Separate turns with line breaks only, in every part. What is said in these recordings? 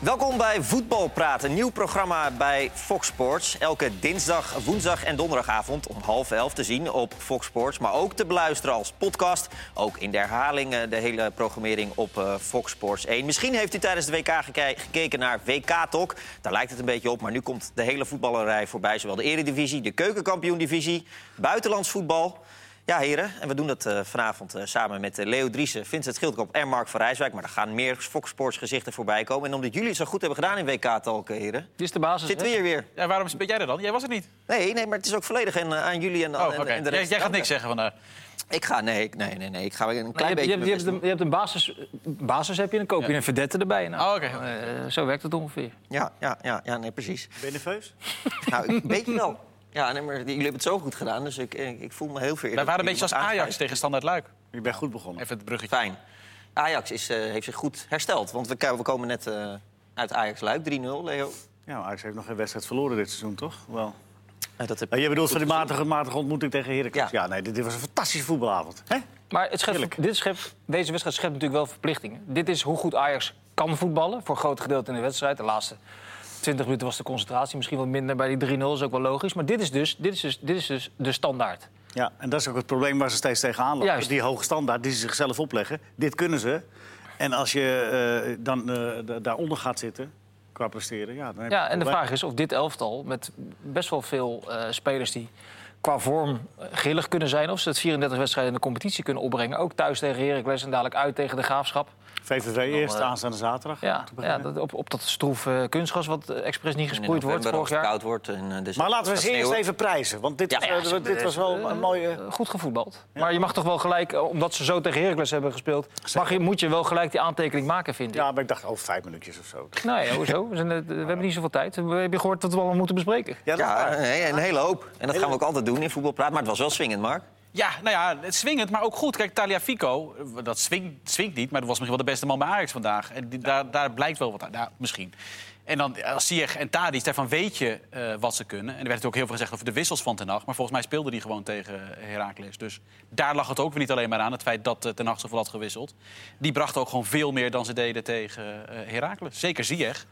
Welkom bij Voetbalpraat, een nieuw programma bij Fox Sports. Elke dinsdag, woensdag en donderdagavond om half elf te zien op Fox Sports. Maar ook te beluisteren als podcast. Ook in de herhaling eh, de hele programmering op eh, Fox Sports 1. Misschien heeft u tijdens de WK geke- gekeken naar WK-talk. Daar lijkt het een beetje op, maar nu komt de hele voetballerij voorbij. Zowel de eredivisie, de keukenkampioendivisie, buitenlands voetbal. Ja, heren, en we doen dat eh, vanavond eh, samen met eh, Leo Driessen, Vincent Schildkamp en Mark van Rijswijk. Maar er gaan meer Fox Sports gezichten voorbij komen. En omdat jullie het zo goed hebben gedaan in WK-talk, eh, heren...
Dit is de basis.
zitten we
hè?
hier weer.
Ja, waarom ben jij er dan? Jij was het niet.
Nee, nee, maar het is ook volledig aan, eh, aan jullie en,
Oh,
aan-
oké.
en- en de
Jij,
rest.
jij gaat niks zeggen vandaag.
Ik ga, nee, ik- nee, nee, nee, ik ga weer een
Maar
klein
je,
beetje...
hebt, je, hebt, je, hebt een, je hebt een basis, basis heb je, en dan koop je een verdette erbij. Nou,
Oh, oké.
eh, zo werkt het ongeveer.
Ja, ja, ja, ja, nee, precies.
Ben je nerveus?
nou, ik weet je wel. Ja, nee, maar jullie hebben het zo goed gedaan, dus ik, ik, ik voel me heel vereerd.
Wij waren een
dat
beetje als
jullie me
Ajax
aanspreken.
tegen Standaard Luik.
Je bent goed begonnen.
Even het bruggetje.
Fijn. Ajax is, eh, heeft zich goed hersteld, want we, k- we komen net eh, uit Ajax-Luik, 3-0, Leo.
Ja, maar Ajax heeft nog geen wedstrijd verloren dit seizoen, toch? Wel.
Eh, dat heb
je bedoelt van die matige, matige ontmoeting tegen Heracles.
Ja.
Ja, nee, dit, dit was een fantastische voetbalavond. Hè?
Maar het schept, dit schept, deze wedstrijd schept natuurlijk wel verplichtingen. Dit is hoe goed Ajax kan voetballen voor een groot gedeelte in de wedstrijd. De laatste 20 minuten was de concentratie misschien wat minder bij die 3-0, is ook wel logisch. Maar dit is dus, dit is dus, dit is dus de standaard.
Ja, en dat is ook het probleem waar ze steeds tegenaan lopen.
Juist.
Die hoge standaard die ze zichzelf opleggen, dit kunnen ze. En als je eh, dan eh, d- daaronder gaat zitten qua presteren, ja, dan heb je
Ja, en de
probleem.
vraag is of dit elftal met best wel veel eh, spelers die qua vorm eh, grillig kunnen zijn... of ze het 34 wedstrijden in de competitie kunnen opbrengen. Ook thuis tegen Heracles en dadelijk uit tegen de Graafschap.
VVV eerst aanstaande zaterdag.
Ja,
om te
ja
beginnen.
dat, op, op dat stroef eh, kunstgras wat eh, expres niet
In
gesproeid wordt
november
vorig
als het
jaar.
koud wordt. En, eh, dus
Maar laten we
dat
ze eerst
sneeuwt.
even prijzen. Want dit,
Ja.
was, eh,
Ja,
dit- dit was wel een mooie...
Eh, Goed gevoetbald. Maar je mag toch wel gelijk, eh, omdat ze zo tegen Heracles hebben gespeeld... Mag je, moet je wel gelijk die aantekening maken, vind ik.
Ja, maar ik dacht, oh, vijf minuutjes of zo.
Nou ja, hoezo? We, zijn, eh, we hebben niet zoveel tijd. We hebben gehoord dat we allemaal moeten bespreken.
Ja, dat is
Ja,
waar.
nee, een hele hoop. En dat gaan we ook altijd doen in voetbalpraat. Maar het was wel swingend, Mark.
Ja, nou ja, het swingend, maar ook goed. Kijk, Talia Fico, dat swingt, swingt niet, maar dat was misschien wel de beste man bij Ajax vandaag. En die- daar, daar blijkt wel wat aan. Nou, misschien. En dan eh, als Sieg en Tadic, daarvan weet je eh, wat ze kunnen. En er werd natuurlijk ook heel veel gezegd over de wissels van Ten Hag. Maar volgens mij speelde die gewoon tegen Heracles. Dus daar lag het ook weer niet alleen maar aan, het feit dat eh, Ten Hag zoveel had gewisseld. Die bracht ook gewoon veel meer dan ze deden tegen eh Heracles. Zeker Sieg,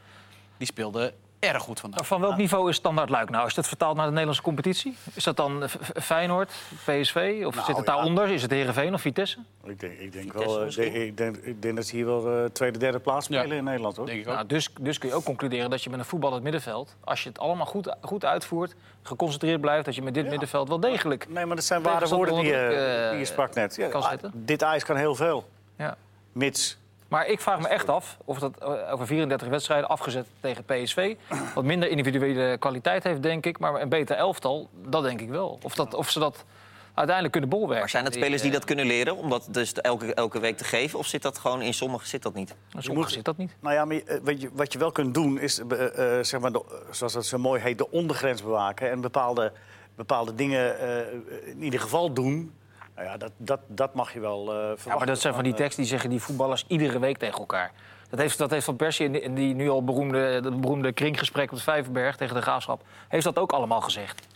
die speelde erg goed vandaag.
Nou, Van welk niveau is standaard Luik nou? Is dat vertaald naar de Nederlandse competitie? Is dat dan eh, F- F- Feyenoord, PSV? Of zit het
ja.
daaronder? Is het Herenveen of Vitesse?
Ik denk, ik denk,
Vitesse
wel, eh,
misschien?
ik, denk, ik denk dat ze hier wel eh, tweede, derde plaats spelen
Ja.
in Nederland, hoor.
Denk ik ook.
Nou, dus, dus kun je ook concluderen dat je met een voetballend middenveld... als je het allemaal goed, goed uitvoert, geconcentreerd blijft... dat je met dit middenveld wel degelijk...
Nee, maar dat zijn ware woorden die, je- die je sprak net. Ja,
eh, kan
ah,
zitten.
dit ijs kan heel veel,
Ja.
mits.
Maar ik vraag me echt af of dat eh, over 34 wedstrijden afgezet tegen PSV... wat minder individuele kwaliteit heeft, denk ik. Maar een beter elftal, dat denk ik wel. Of, dat, of ze dat uiteindelijk kunnen bolwerken. eh,
Maar zijn dat spelers die dat kunnen leren om dat dus elke, elke week te geven? Of zit dat gewoon in sommige zit dat niet?
Sommigen
moet-
zit dat niet.
Nou ja, maar, je- eh, wat, je, wat je wel kunt doen is, eh, eh, zeg maar de, zoals dat zo mooi heet, de ondergrens bewaken. En bepaalde, bepaalde dingen eh, in ieder geval doen. Nou ja, dat, dat, dat mag je wel eh verwachten.
Ja, maar dat zijn van die teksten die zeggen die voetballers iedere week tegen elkaar. Dat heeft, dat heeft Van Persie in die, in die nu al beroemde, dat beroemde kringgesprek op de Vijverberg tegen de Graafschap... heeft dat ook allemaal gezegd.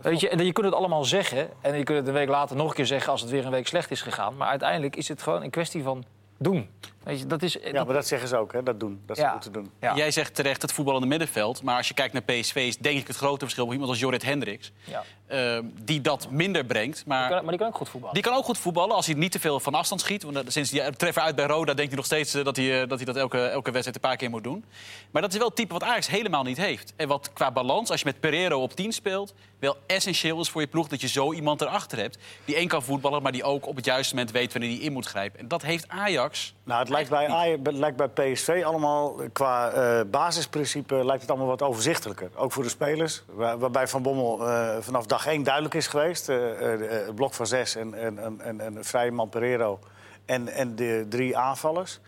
Weet je, en je kunt het allemaal zeggen en je kunt het een week later nog een keer zeggen... als het weer een week slecht is gegaan. Maar uiteindelijk is het gewoon een kwestie van doen. Weet je, dat is... eh,
Ja, maar dat zeggen ze ook, hè, dat doen. Dat ze
Ja.
moeten doen.
Ja.
Jij zegt terecht het voetballende middenveld. Maar als je kijkt naar PSV is denk ik het grote verschil met iemand als Jorrit Hendricks.
Ja.
ehm, die dat minder brengt. Maar
Maar die kan ook goed voetballen.
die kan ook goed voetballen als hij niet te veel van afstand schiet. Want eh, sinds die treffer uit bij Roda denkt hij nog steeds eh, dat hij eh, dat, hij dat elke, elke wedstrijd een paar keer moet doen. Maar dat is wel het type wat Ajax helemaal niet heeft. En wat qua balans, als je met Pereiro op 10 speelt... wel essentieel is voor je ploeg dat je zo iemand erachter hebt... die één kan voetballen, maar die ook op het juiste moment weet wanneer hij in moet grijpen. En dat heeft Ajax...
Nou, het lijkt bij, Ajax- het lijkt bij PSV allemaal, eh, qua eh, basisprincipe, lijkt het allemaal wat overzichtelijker. Ook voor de spelers, waar- waarbij Van Bommel eh, vanaf dag één duidelijk is geweest. Eh, eh, de- eh, het blok van zes en, en, en, en, en de vrije man Pereiro en, en de drie aanvallers.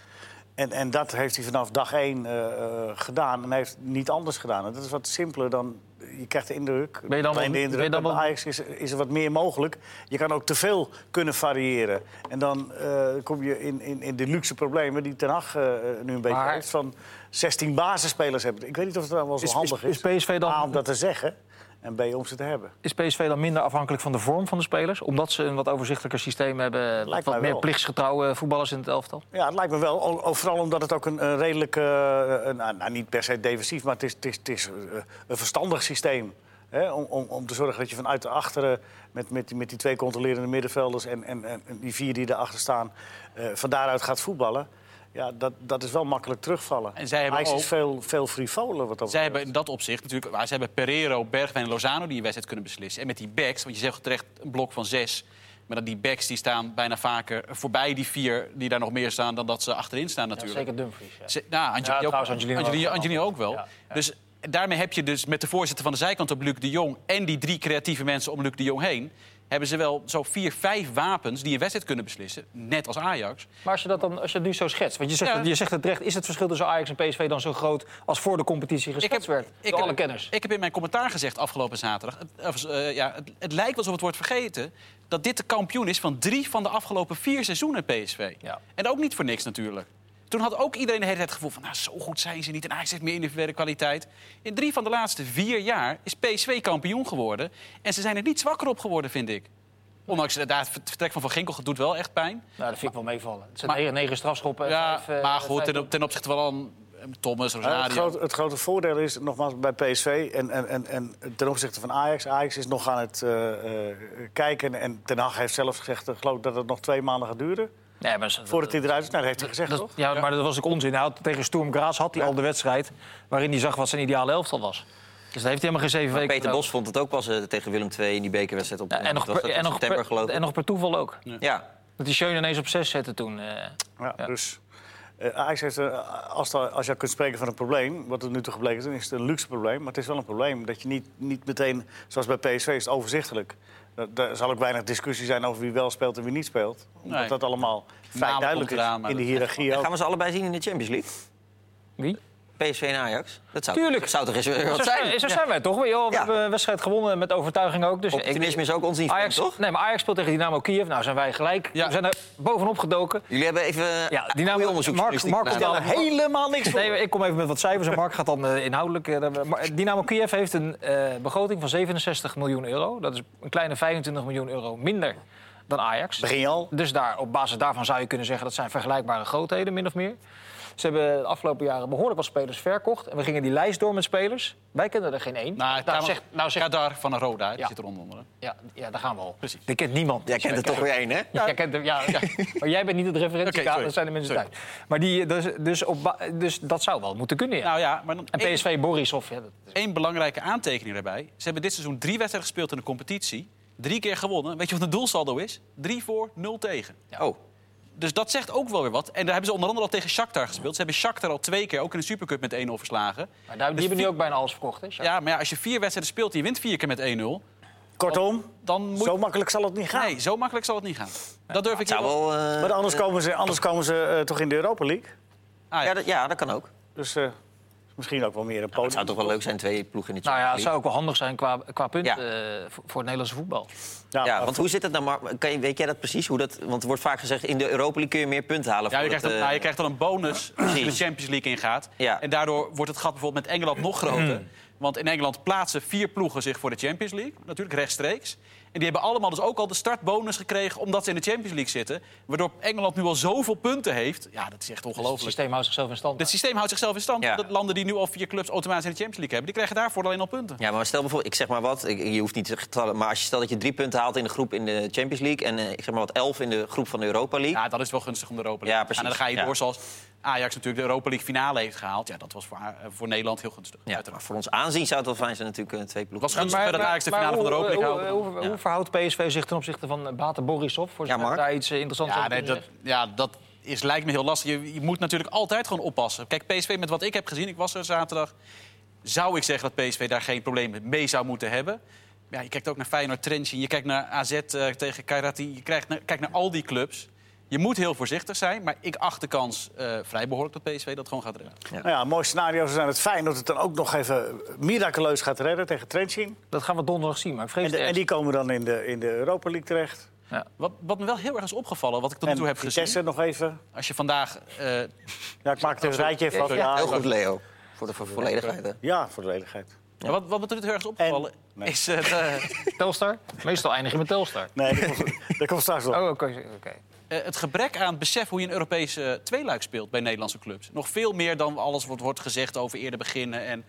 En, en dat heeft hij vanaf dag één eh, eh, gedaan en hij heeft niet anders gedaan. En dat is wat simpeler dan... Je krijgt de indruk,
Ben je dan
alleen de
wel- ben
indruk
je dan
dat
wel-
Ajax is, is er wat meer mogelijk. Je kan ook te veel kunnen variëren. En dan eh, kom je in, in, in de luxe problemen die Ten Hag eh, nu een beetje
Maar-
heeft. Van 16 basisspelers hebben. Ik weet niet of het nou wel zo
Is- is-
handig Ah, is,
is PSV dan-
A, om dat te zeggen. en B om ze te hebben.
Is PSV dan minder afhankelijk van de vorm van de spelers? Omdat ze een wat overzichtelijker systeem hebben.
Lijkt
wat
mij
meer
wel.
plichtsgetrouwe voetballers in het elftal.
Ja, het lijkt me wel. O- o- Vooral omdat het ook een, een redelijk, eh, eh, nou, nou, niet per se defensief, maar het is, het is, het is eh, een verstandig systeem. Hè, om, om, om te zorgen dat je vanuit de achteren met, met, die- met die twee controlerende middenvelders en, en, en die vier die erachter staan, eh, van daaruit gaat voetballen. Ja, dat, dat is wel makkelijk terugvallen.
En zij hebben
Ajax
ook-
is veel, veel frivoler wat dat
Zij hebben
betreft.
in dat opzicht natuurlijk... Maar ze hebben Pereiro, Bergwijn en Lozano die een wedstrijd kunnen beslissen. En met die backs, want je zegt terecht een blok van zes... maar dan die backs die staan bijna vaker voorbij die vier... die daar nog meer staan dan dat ze achterin staan natuurlijk.
Zeker Dumfries.
Ze- nou, Ange-
Ja,
ook,
trouwens, Angelino
Angelino-
ook wel.
Angelino ook wel.
Ja,
Dus daarmee heb je dus met de voorzitter van de zijkant op Luc de Jong... en die drie creatieve mensen om Luc de Jong heen... hebben ze wel zo vier, vijf wapens die een wedstrijd kunnen beslissen. Net als Ajax.
Maar als je, dat dan, als je het nu zo schetst, want je zegt,
Ja.
het- je zegt het terecht... is het verschil tussen Ajax en PSV dan zo groot als voor de competitie geschetst werd? door alle kenners.
Ik heb in mijn commentaar gezegd afgelopen zaterdag... Het, of, eh, ja, het, het lijkt alsof het wordt vergeten... dat dit de kampioen is van drie van de afgelopen vier seizoenen PSV.
Ja. nou,
En ook niet voor niks natuurlijk. Toen had ook iedereen de hele tijd het gevoel van... nou, zo goed zijn ze niet en Ajax heeft meer individuele kwaliteit. In drie van de laatste vier jaar is PSV kampioen geworden. En ze zijn er niet zwakker op geworden, vind ik. Ondanks dat het vertrek van Van Ginkel doet wel echt pijn.
Nou, dat vind ik wel meevallen. Het zijn
Maar-
negen, negen strafschoppen. en
Ja,
vijf, eh,
maar goed,
vijf-
ten, op- ten opzichte van eh, Thomas,
Ja,
Rosario...
het, grote, het grote voordeel is, nogmaals, bij PSV en, en, en, en ten opzichte van Ajax... Ajax is nog aan het eh, eh, kijken en Ten Hag heeft zelf gezegd... eh, geloof ik dat het nog twee maanden gaat duren...
Nee, maar ze-
Voordat hij eruit is, nou, dat heeft hij gezegd,
dat-
toch?
ja, maar dat was ook onzin. Hij had, tegen Sturm Graz had hij al de wedstrijd... waarin hij zag wat zijn ideale elftal was. Dus daar heeft hij helemaal geen zeven weken
Peter
voor
Bos vond het ook pas eh, tegen Willem II in die bekerwedstrijd op
nodig. Ja, en, nog
was dat
per,
in
en, nog
september geloof
per,
ik.
en nog per toeval ook.
Ja,
Dat die Schöne ineens op zes zette toen. eh.
Ja, Dus eh, Ajax heeft, eh, als, da- als je kunt spreken van een probleem... wat het nu toe gebleken is, dan is het een luxe probleem. Maar het is wel een probleem dat je niet, niet meteen, zoals bij PSV, is het overzichtelijk. Er, er zal ook weinig discussie zijn over wie wel speelt en wie niet speelt. Omdat
Nee.
dat allemaal
Naam
vrij
komt
duidelijk is
eraan, maar
in de
dat-
hiërarchie ook.
gaan we ze allebei zien in de Champions League?
Wie?
PSV en Ajax? Dat zou,
Tuurlijk.
dat zou toch eens weer
Zo
wat zijn?
zijn, zo zijn wij toch? We, joh, we
Ja.
hebben een wedstrijd gewonnen met overtuiging ook. Dus
Optimisme is ook ons niet
Ajax,
vreemd, toch?
Nee, maar Ajax speelt tegen Dynamo Kiev. Nou zijn wij gelijk.
Ja.
We zijn er bovenop gedoken.
Jullie hebben even
Ja,
ja,
die namen-
onderzoeksjournalistiek
Mark- Mark
gedaan.
Opdaal-
helemaal niks
Nee, maar ik kom even met wat cijfers en Mark gaat dan eh, inhoudelijk. eh, dan- maar Dynamo Kiev heeft een eh, begroting van 67 miljoen euro. Dat is een kleine 25 miljoen euro minder dan Ajax.
Begin je al?
Dus daar, op basis daarvan zou je kunnen zeggen dat zijn vergelijkbare grootheden, min of meer. Ze hebben de afgelopen jaren behoorlijk wat spelers verkocht. En we gingen die lijst door met spelers. Wij kenden er geen één.
Nou,
daar
daar
zegt, nou zegt,
daar van een Roda, die
Ja.
zit eronder. onder, hè?
ja, ja, daar gaan we al.
Precies.
Er kent niemand.
Jij kent er toch weer één, hè?
Ja. Jij kent hem, ja, ja. Maar jij bent niet het referentiekader,
Oké, sorry.
dat zijn de mensen
Sorry.
thuis. Maar die, dus, dus, op, ba- dus dat zou wel moeten kunnen, ja.
Nou ja, maar dan
en
één-
PSV Borisov, ja, dat is-
één belangrijke aantekening daarbij. Ze hebben dit seizoen drie wedstrijden gespeeld in de competitie. Drie keer gewonnen. Weet je wat de doelsaldo is? Drie voor, nul tegen.
Oh,
Dus dat zegt ook wel weer wat. En daar hebben ze onder andere al tegen Shakhtar gespeeld. Ze hebben Shakhtar al twee keer, ook in de Supercup, met 1-0 verslagen.
maar daar, die hebben nu ook bijna alles verkocht, hè? Sjaak?
Dus Ja, maar ja, als je vier wedstrijden speelt en je wint vier keer met 1-0...
Kortom,
dan moet
zo makkelijk zal het niet gaan.
Nee, zo makkelijk zal het niet gaan. Dat durf ik
het zou
hier wel...
wel... eh,
Maar anders komen ze, anders komen ze eh, toch in de Europa League.
Ah, ja.
ja, dat, ja, dat kan ook.
Dus eh, misschien ook wel meer een
Het
podium.
zou toch wel leuk zijn, twee ploegen in de
Nou ja,
Champions League?
het zou ook wel handig zijn qua, qua punten
Ja.
eh, voor voor het Nederlandse voetbal.
Ja,
Ja,
maar
want hoe zit het nou? Mar- Kan je, weet jij dat precies? Hoe dat, want er wordt vaak gezegd, in de Europa League kun je meer punten halen.
Ja, je
voordat,
krijgt, dan,
eh,
nou, je krijgt dan een bonus als je de Champions League ingaat.
Ja.
En daardoor wordt het gat bijvoorbeeld met Engeland nog groter. Want in Engeland plaatsen vier ploegen zich voor de Champions League. Natuurlijk rechtstreeks. En die hebben allemaal dus ook al de startbonus gekregen... omdat ze in de Champions League zitten. Waardoor Engeland nu al zoveel punten heeft. Ja, dat is echt
Het
ongelooflijk.
systeem houdt zichzelf in stand.
Het systeem houdt zichzelf in stand.
Ja.
Dat landen die nu al vier clubs automatisch in de Champions League hebben... die krijgen daarvoor alleen al punten.
Ja, maar stel bijvoorbeeld, ik zeg maar wat, ik, je hoeft niet te getallen, maar als je stelt dat je drie punten haalt in de groep in de Champions League en eh, ik zeg maar wat elf in de groep van de Europa League.
Ja, dat is wel gunstig om de Europa League
Ja,
te gaan. En dan
precies.
ga
Ja.
je door zoals Ajax natuurlijk de Europa League finale heeft gehaald. Ja, dat was voor, eh, voor Nederland heel gunstig.
Ja,
uiteraard.
maar voor ons aanzien zou het wel fijn zijn natuurlijk eh, twee ploegen.
Was gunstig verder Ajax de finale van de Europa League
hoe, eh,
houden.
hoe, hoe verhoudt PSV zich ten opzichte van eh, Bate Borisov? Voor
Ja,
zover
Mark?
daar iets eh, interessants
Ja,
over
nee,
kunnen
dat, ja, dat is, lijkt me heel lastig. Je, je moet natuurlijk altijd gewoon oppassen. Kijk, PSV, met wat ik heb gezien, ik was er zaterdag... zou ik zeggen dat PSV daar geen probleem mee zou moeten hebben. Ja, je kijkt ook naar Feyenoord Trentin, je kijkt naar AZ eh, tegen Karati... je kijkt naar, kijkt naar al die clubs. Je moet heel voorzichtig zijn, maar ik acht de kans eh, vrij behoorlijk dat PSV dat gewoon gaat redden.
Nou ja, een mooi scenario zou zijn het fijn dat het dan ook nog even miraculeus gaat redden tegen Trentin.
doen. Dat gaan we donderdag zien, maar ik vrees
En, de- en
het
die komen dan in de, in de Europa League terecht.
Wat, wat me wel heel erg is opgevallen, wat ik tot nu
En
toe heb
Vitesse
gezien...
nog even.
als je vandaag... eh,
Ja, ik maak het een rijtje even af.
Ja,
Ja,
heel goed, Leo. Voor de voor volledigheid. hè.
ja, voor de ledigheid.
En Wat, wat me toen heel erg is opgevallen,
Nee.
is het, eh,
Telstar? Meestal eindig je met Telstar.
Nee, dat komt, dat komt straks wel.
Oh, oké. oké.
eh, het gebrek aan het besef hoe je een Europese eh, tweeluik speelt bij Nederlandse clubs. Nog veel meer dan alles wat wordt gezegd over eerder beginnen. En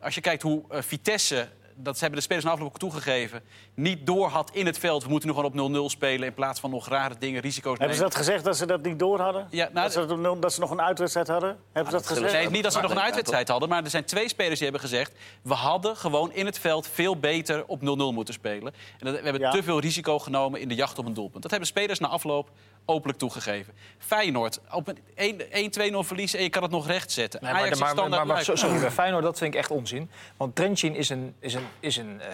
als je kijkt hoe eh, Vitesse, dat hebben de spelers na afloop ook toegegeven, niet door had in het veld. We moeten nu gewoon op 0-0 spelen in plaats van nog rare dingen, risico's
Hebben ze dat gezegd dat ze dat niet door hadden?
Ja, nou,
dat, ze dat, doen- dat ze nog een uitwedstrijd hadden? Hebben ze dat gezegd?
Nee, niet dat ze nog een
Ja,
uitwedstrijd hadden. Maar er zijn twee spelers die hebben gezegd... we hadden gewoon in het veld veel beter op 0-0 moeten spelen. En dat, we hebben
Ja.
te veel risico genomen in de jacht op een doelpunt. Dat hebben spelers na afloop openlijk toegegeven. Feyenoord, op een 1-2-0 verliezen en je kan het nog recht zetten.
Nee,
Ajax is
maar, maar,
standaard
maar, maar,
luik.
zo- sorry, bij Feyenoord, dat vind ik echt onzin. Want Trentin is een, is een, is een, eh,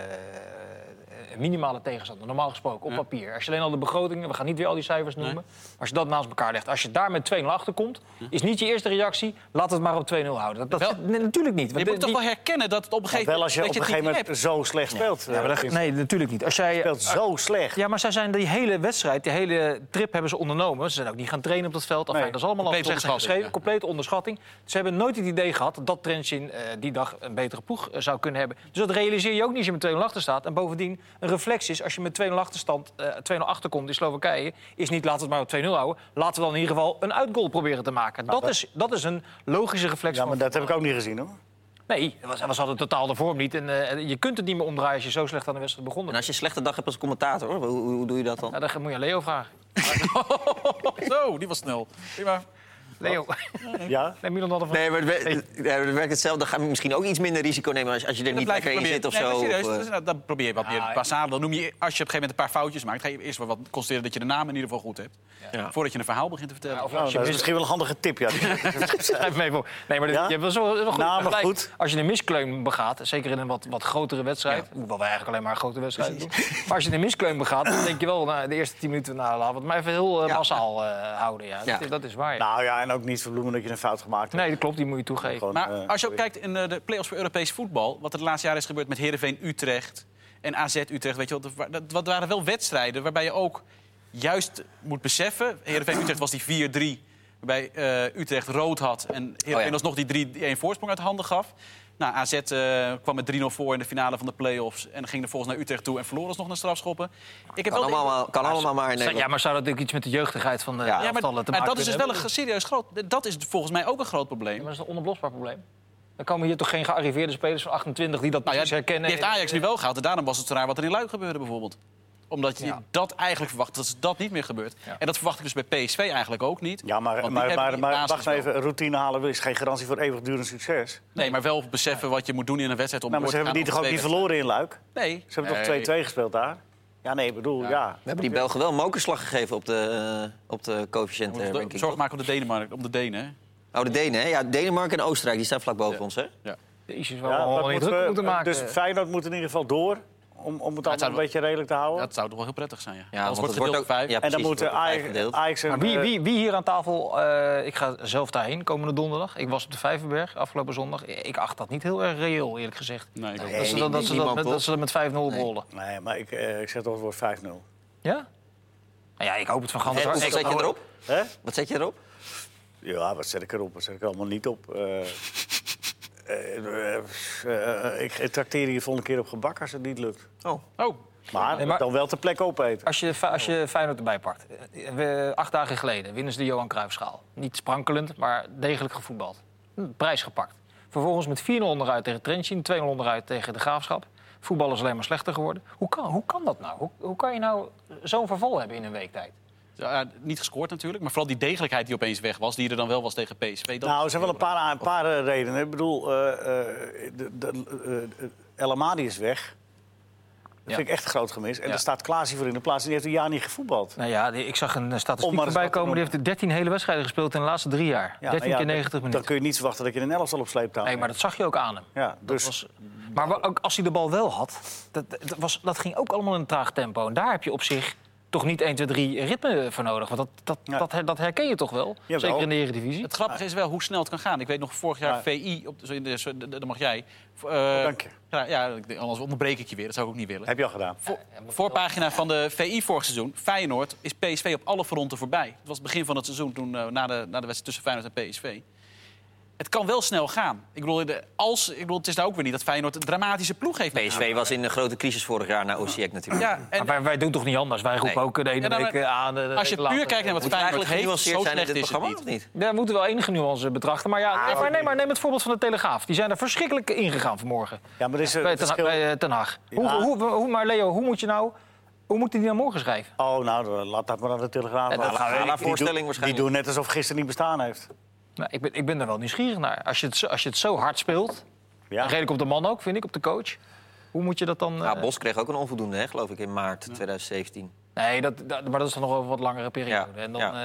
een minimale tegenstander, normaal gesproken, op papier. Als je alleen al de begrotingen, we gaan niet weer al die cijfers noemen. Als je dat naast elkaar legt, als je daar met 2-0 achter komt... is niet je eerste reactie, laat het maar op 2-0 houden. Dat, dat,
Wel-
nee, natuurlijk niet. want
Je moet
die-
toch wel herkennen dat het op een
Maar
gegeven
wel
moment...
als je op een
dat
gegeven
het niet
moment zo slecht speelt.
Ja, maar dat- nee, natuurlijk niet. Als jij,
speelt
Ah.
zo slecht.
Ja, maar zij zijn die hele wedstrijd, die hele trip hebben ze ondernomen. Ze zijn ook niet gaan trainen op dat veld. Enfin,
Nee,
dat is allemaal
complete
al
onderschatting,
geschreven. Complete onderschatting. Ze hebben nooit het idee gehad dat Trentin eh, die dag een betere ploeg eh, zou kunnen hebben. Dus dat realiseer je ook niet als je met 2-0 achter staat. En bovendien, een reflex is als je met 2-0 achterstand eh 2-0 achterkomt in Slowakije... is niet laten we het maar op 2-0 houden. Laten we dan in ieder geval een uitgoal proberen te maken. dat, is, dat is een logische reflex
Ja,
van
maar dat heb ik ook niet gezien hoor.
Nee, ze hadden totaal de vorm niet. En eh, je kunt het niet meer omdraaien als je zo slecht aan de wedstrijd begonnen
En als je een slechte dag hebt als commentator, hoe, hoe, hoe doe je dat dan?
Nou, dan moet je aan Leo vragen.
Zo, die was snel. Prima.
Leo,
Ja?
neem Milan dan een
Nee, maar het wer- het- nee, maar het werkt hetzelfde. Dan ga je misschien ook iets minder risico nemen als, als je er
Dat
niet
blijf je
lekker in
proberen.
zit of
Nee,
zo.
maar serieus,
Of, eh,
dus dat- dat probeer je wat meer basale. Dan noem je, als je op een gegeven moment een paar foutjes maakt... ga je eerst wel wat constateren dat je de naam in ieder geval goed hebt. Voordat je een verhaal begint te vertellen.
Nou, dat is misschien wel een handige tip, ja.
Schrijf me even op. Nee, maar dit-
Ja?
je hebt wel zo wel goed.
Nou, maar
gelijk.
goed.
Als je een miskleun begaat, zeker in een wat, wat grotere wedstrijd... hoewel wij eigenlijk alleen maar grote wedstrijden doen... maar als je een miskleun begaat, dan denk je wel... Nou, de eerste tien minuten, nou, laten we het maar even heel eh, massaal eh, houden. Ja.
Ja.
Dat, dat is waar. ja.
nou ja, en ook niet verbloemen dat je een fout gemaakt hebt.
Nee, dat klopt, die moet je toegeven.
Gewoon,
Maar
eh,
als je ook kijkt in eh, de play-offs voor Europees voetbal... wat er de laatste jaren is gebeurd met Heerenveen Utrecht en AZ Utrecht... Weet je, wel, dat wa- dat, dat waren wel wedstrijden waarbij je ook juist moet beseffen... Heerenveen Utrecht was die 4-3 waarbij eh, Utrecht rood had... en Heerenveen
Oh ja.
alsnog die 3-1 voorsprong uit handen gaf... Nou, AZ eh, kwam met 3-0 voor in de finale van de play-offs... en ging er volgens naar Utrecht toe en verloor alsnog naar strafschoppen. Ik heb
kan
wel de-
allemaal, maar- kan allemaal maar in
Zou- ja,
Nederland.
maar zou dat ook iets met de jeugdigheid van de
Ja, maar-
elftallen
Ja, maar,
te
maar
maken
dat is dus wel
kunnen
een
hebben?
ge- serieus groot... Dat is volgens mij ook een groot probleem.
Ja, maar dat is een onoplosbaar probleem. Dan komen hier toch geen gearriveerde spelers van 28 die dat
Nou ja,
precies Dus herkennen.
Die heeft Ajax nu wel gehad. En daarom was het zo raar wat er in Luik gebeurde bijvoorbeeld. Omdat je
Ja.
dat eigenlijk verwacht, dat dat niet meer gebeurt.
Ja.
En dat verwacht ik dus bij PSV eigenlijk ook niet.
ja, maar,
Want
maar,
die
maar,
hebben
maar,
die basis
wacht
wel.
even. Routine halen is geen garantie voor eeuwigdurend succes.
Nee, maar wel beseffen wat je moet doen in een wedstrijd om
Nou, maar ze
door te
hebben die toch
gaan
ook niet
op
verloren in Luik?
twee wedstrijden. Nee.
Ze hebben
Nee.
toch 2-2 gespeeld daar? Ja, nee, ik bedoel, ja.
We hebben die Belgen wel een mokerslag gegeven op de, eh, op de coëfficiënt. eh,
We moeten
ranking.
Zorg maken om de Denemarken, om de Denen. hè.
Oh, de Denen, hè? Ja, Denemarken en Oostenrijk, die staan vlak boven ons, hè?
Ja.
De issues
Ja,
waar we allemaal
wat
niet
moeten
druk
we-
moeten maken.
Dus Feyenoord moet in ieder geval door. Om, om het allemaal
zou
een
wel-
beetje redelijk te houden.
Dat zou toch wel heel prettig zijn, ja.
Ja,
Anders
want
wordt het gedeeld vijf.
ja,
en dan
precies,
moeten
wordt op vijf
Ajax,
gedeeld.
Ajax en...
Maar wie,
eh,
wie, wie hier aan tafel... eh, ik ga zelf daarheen komende donderdag. Ik was op de Vijverberg afgelopen zondag. Ik acht dat niet heel erg reëel, eerlijk gezegd.
Nee, ik ook
Nee.
niet.
dat, ze, dat, dat,
niet-
ze,
niemand,
dat, met,
toch?
dat ze dat met 5-0 rollen.
Nee, maar ik, eh, ik zeg toch het woord 5-0.
Ja? Nou ja, ik hoop het van
Hè,
Ganders.
Hoeveel zet je erop?
Hè?
Oh, Wat zet je erop?
Ja, wat zet ik erop? Wat zet ik er allemaal niet op? Eh, eh, eh, eh, ik trakteer je volgende keer op gebak als het niet lukt.
Oh,
Oh,
Maar,
Nee, maar-
dan wel ter plekke opeten.
Als je, Fe- als je Feyenoord erbij pakt. eh, we- Acht dagen geleden winnen ze de Johan Cruijffschaal. Niet sprankelend, maar degelijk gevoetbald. Hm, Prijs gepakt. Vervolgens met 4-0 onderuit tegen Trentin. 2-0 onderuit tegen de Graafschap. Voetbal is alleen maar slechter geworden. Hoe kan, hoe kan dat nou? Hoe, hoe kan je nou zo'n verval hebben in een week tijd?
ja, niet gescoord natuurlijk. Maar vooral die degelijkheid die opeens weg was, die er dan wel was tegen PSV. Dat
Nou, er zijn wel een paar, een paar eh, redenen. Ik bedoel, eh eh, de, de, eh, El Amadi is weg. Dat vind ik echt een groot gemis. En
Ja.
daar staat Klaasie voor in de plaats. Die heeft een jaar niet gevoetbald.
Nou ja, die- ik zag een eh,
Om
statistiek
maar eens
voorbij
wat te
komen. Die heeft 13 hele wedstrijden gespeeld in de laatste drie jaar.
Ja,
13
nou ja,
keer 90
dan-
minuten.
Dan kun je niet verwachten dat je een elftal op sleeptouw
Nee, maar
hebt.
dat zag je ook aan hem.
Ja, dus...
was- Maar wa- ook als hij de bal wel had, dat, eh, dat, was, dat ging ook allemaal in een traag tempo. En daar heb je op zich toch niet 1, 2, 3 ritme eh, voor nodig. Want dat, dat,
Ja.
dat, her- dat herken je toch wel?
Jawel.
Zeker in de Eredivisie.
Het grappige
Ah.
is wel hoe snel het kan gaan. Ik weet nog vorig jaar
Ja.
VI, op de, zo in de, zo- d- d- dan mag jij. v- eh,
Ah. Oh, dank je.
Ja, ja, ik denk, anders onderbreek ik je weer. Dat zou ik ook niet willen.
Heb je al gedaan.
Voor- voorpagina van de VI vorig seizoen. Feyenoord is PSV op alle fronten voorbij. Het was het begin van het seizoen toen, eh, na, de, na de wedstrijd tussen Feyenoord en PSV. het kan wel snel gaan. Ik bedoel, de- als, ik bedoel, het is daar ook weer niet dat Feyenoord een dramatische ploeg heeft.
PSV was in een grote crisis vorig jaar na Osijek E natuurlijk.
Ja,
Maar
en,
wij, wij doen toch niet anders? Wij roepen
Nee.
ook de ene
Ja, dan-
week eh, aan. de- de
als je
week later.
puur kijkt naar wat
Moet je
Feyenoord
eigenlijk
heeft, zo
genuanceerd zijn in
slecht
dit
is het
programma,
niet.
of niet?
Daar moeten we wel enige nuance betrachten. Maar,
Ah,
ja, nee, maar, nee, maar neem het voorbeeld van de Telegraaf. Die zijn er verschrikkelijk ingegaan vanmorgen.
Ja, maar er is een
bij, ten,
verschil-
bij, eh, Ten Haag. Hoe,
Ja.
hoe, hoe- maar Leo, hoe moet je nou... Hoe moet hij die dan morgen schrijven?
Oh, nou, dan laat dat maar aan de Telegraaf.
Ja, dat
over.
gaan we-
Die doen-
voorstelling waarschijnlijk.
Die doen net alsof gisteren niet bestaan heeft.
Nou, ik, ben, ik ben er wel nieuwsgierig naar. Als je het, zo- als je het zo hard speelt...
Ja.
en redelijk op de man ook, vind ik, op de coach... Hoe moet je dat dan...
Ja,
eh,
Nou, Bos kreeg ook een onvoldoende, hè, geloof ik, in maart 2017.
nee, dat, dat- maar dat is dan nog wel een wat langere periode.
Ja,
En dan, eh,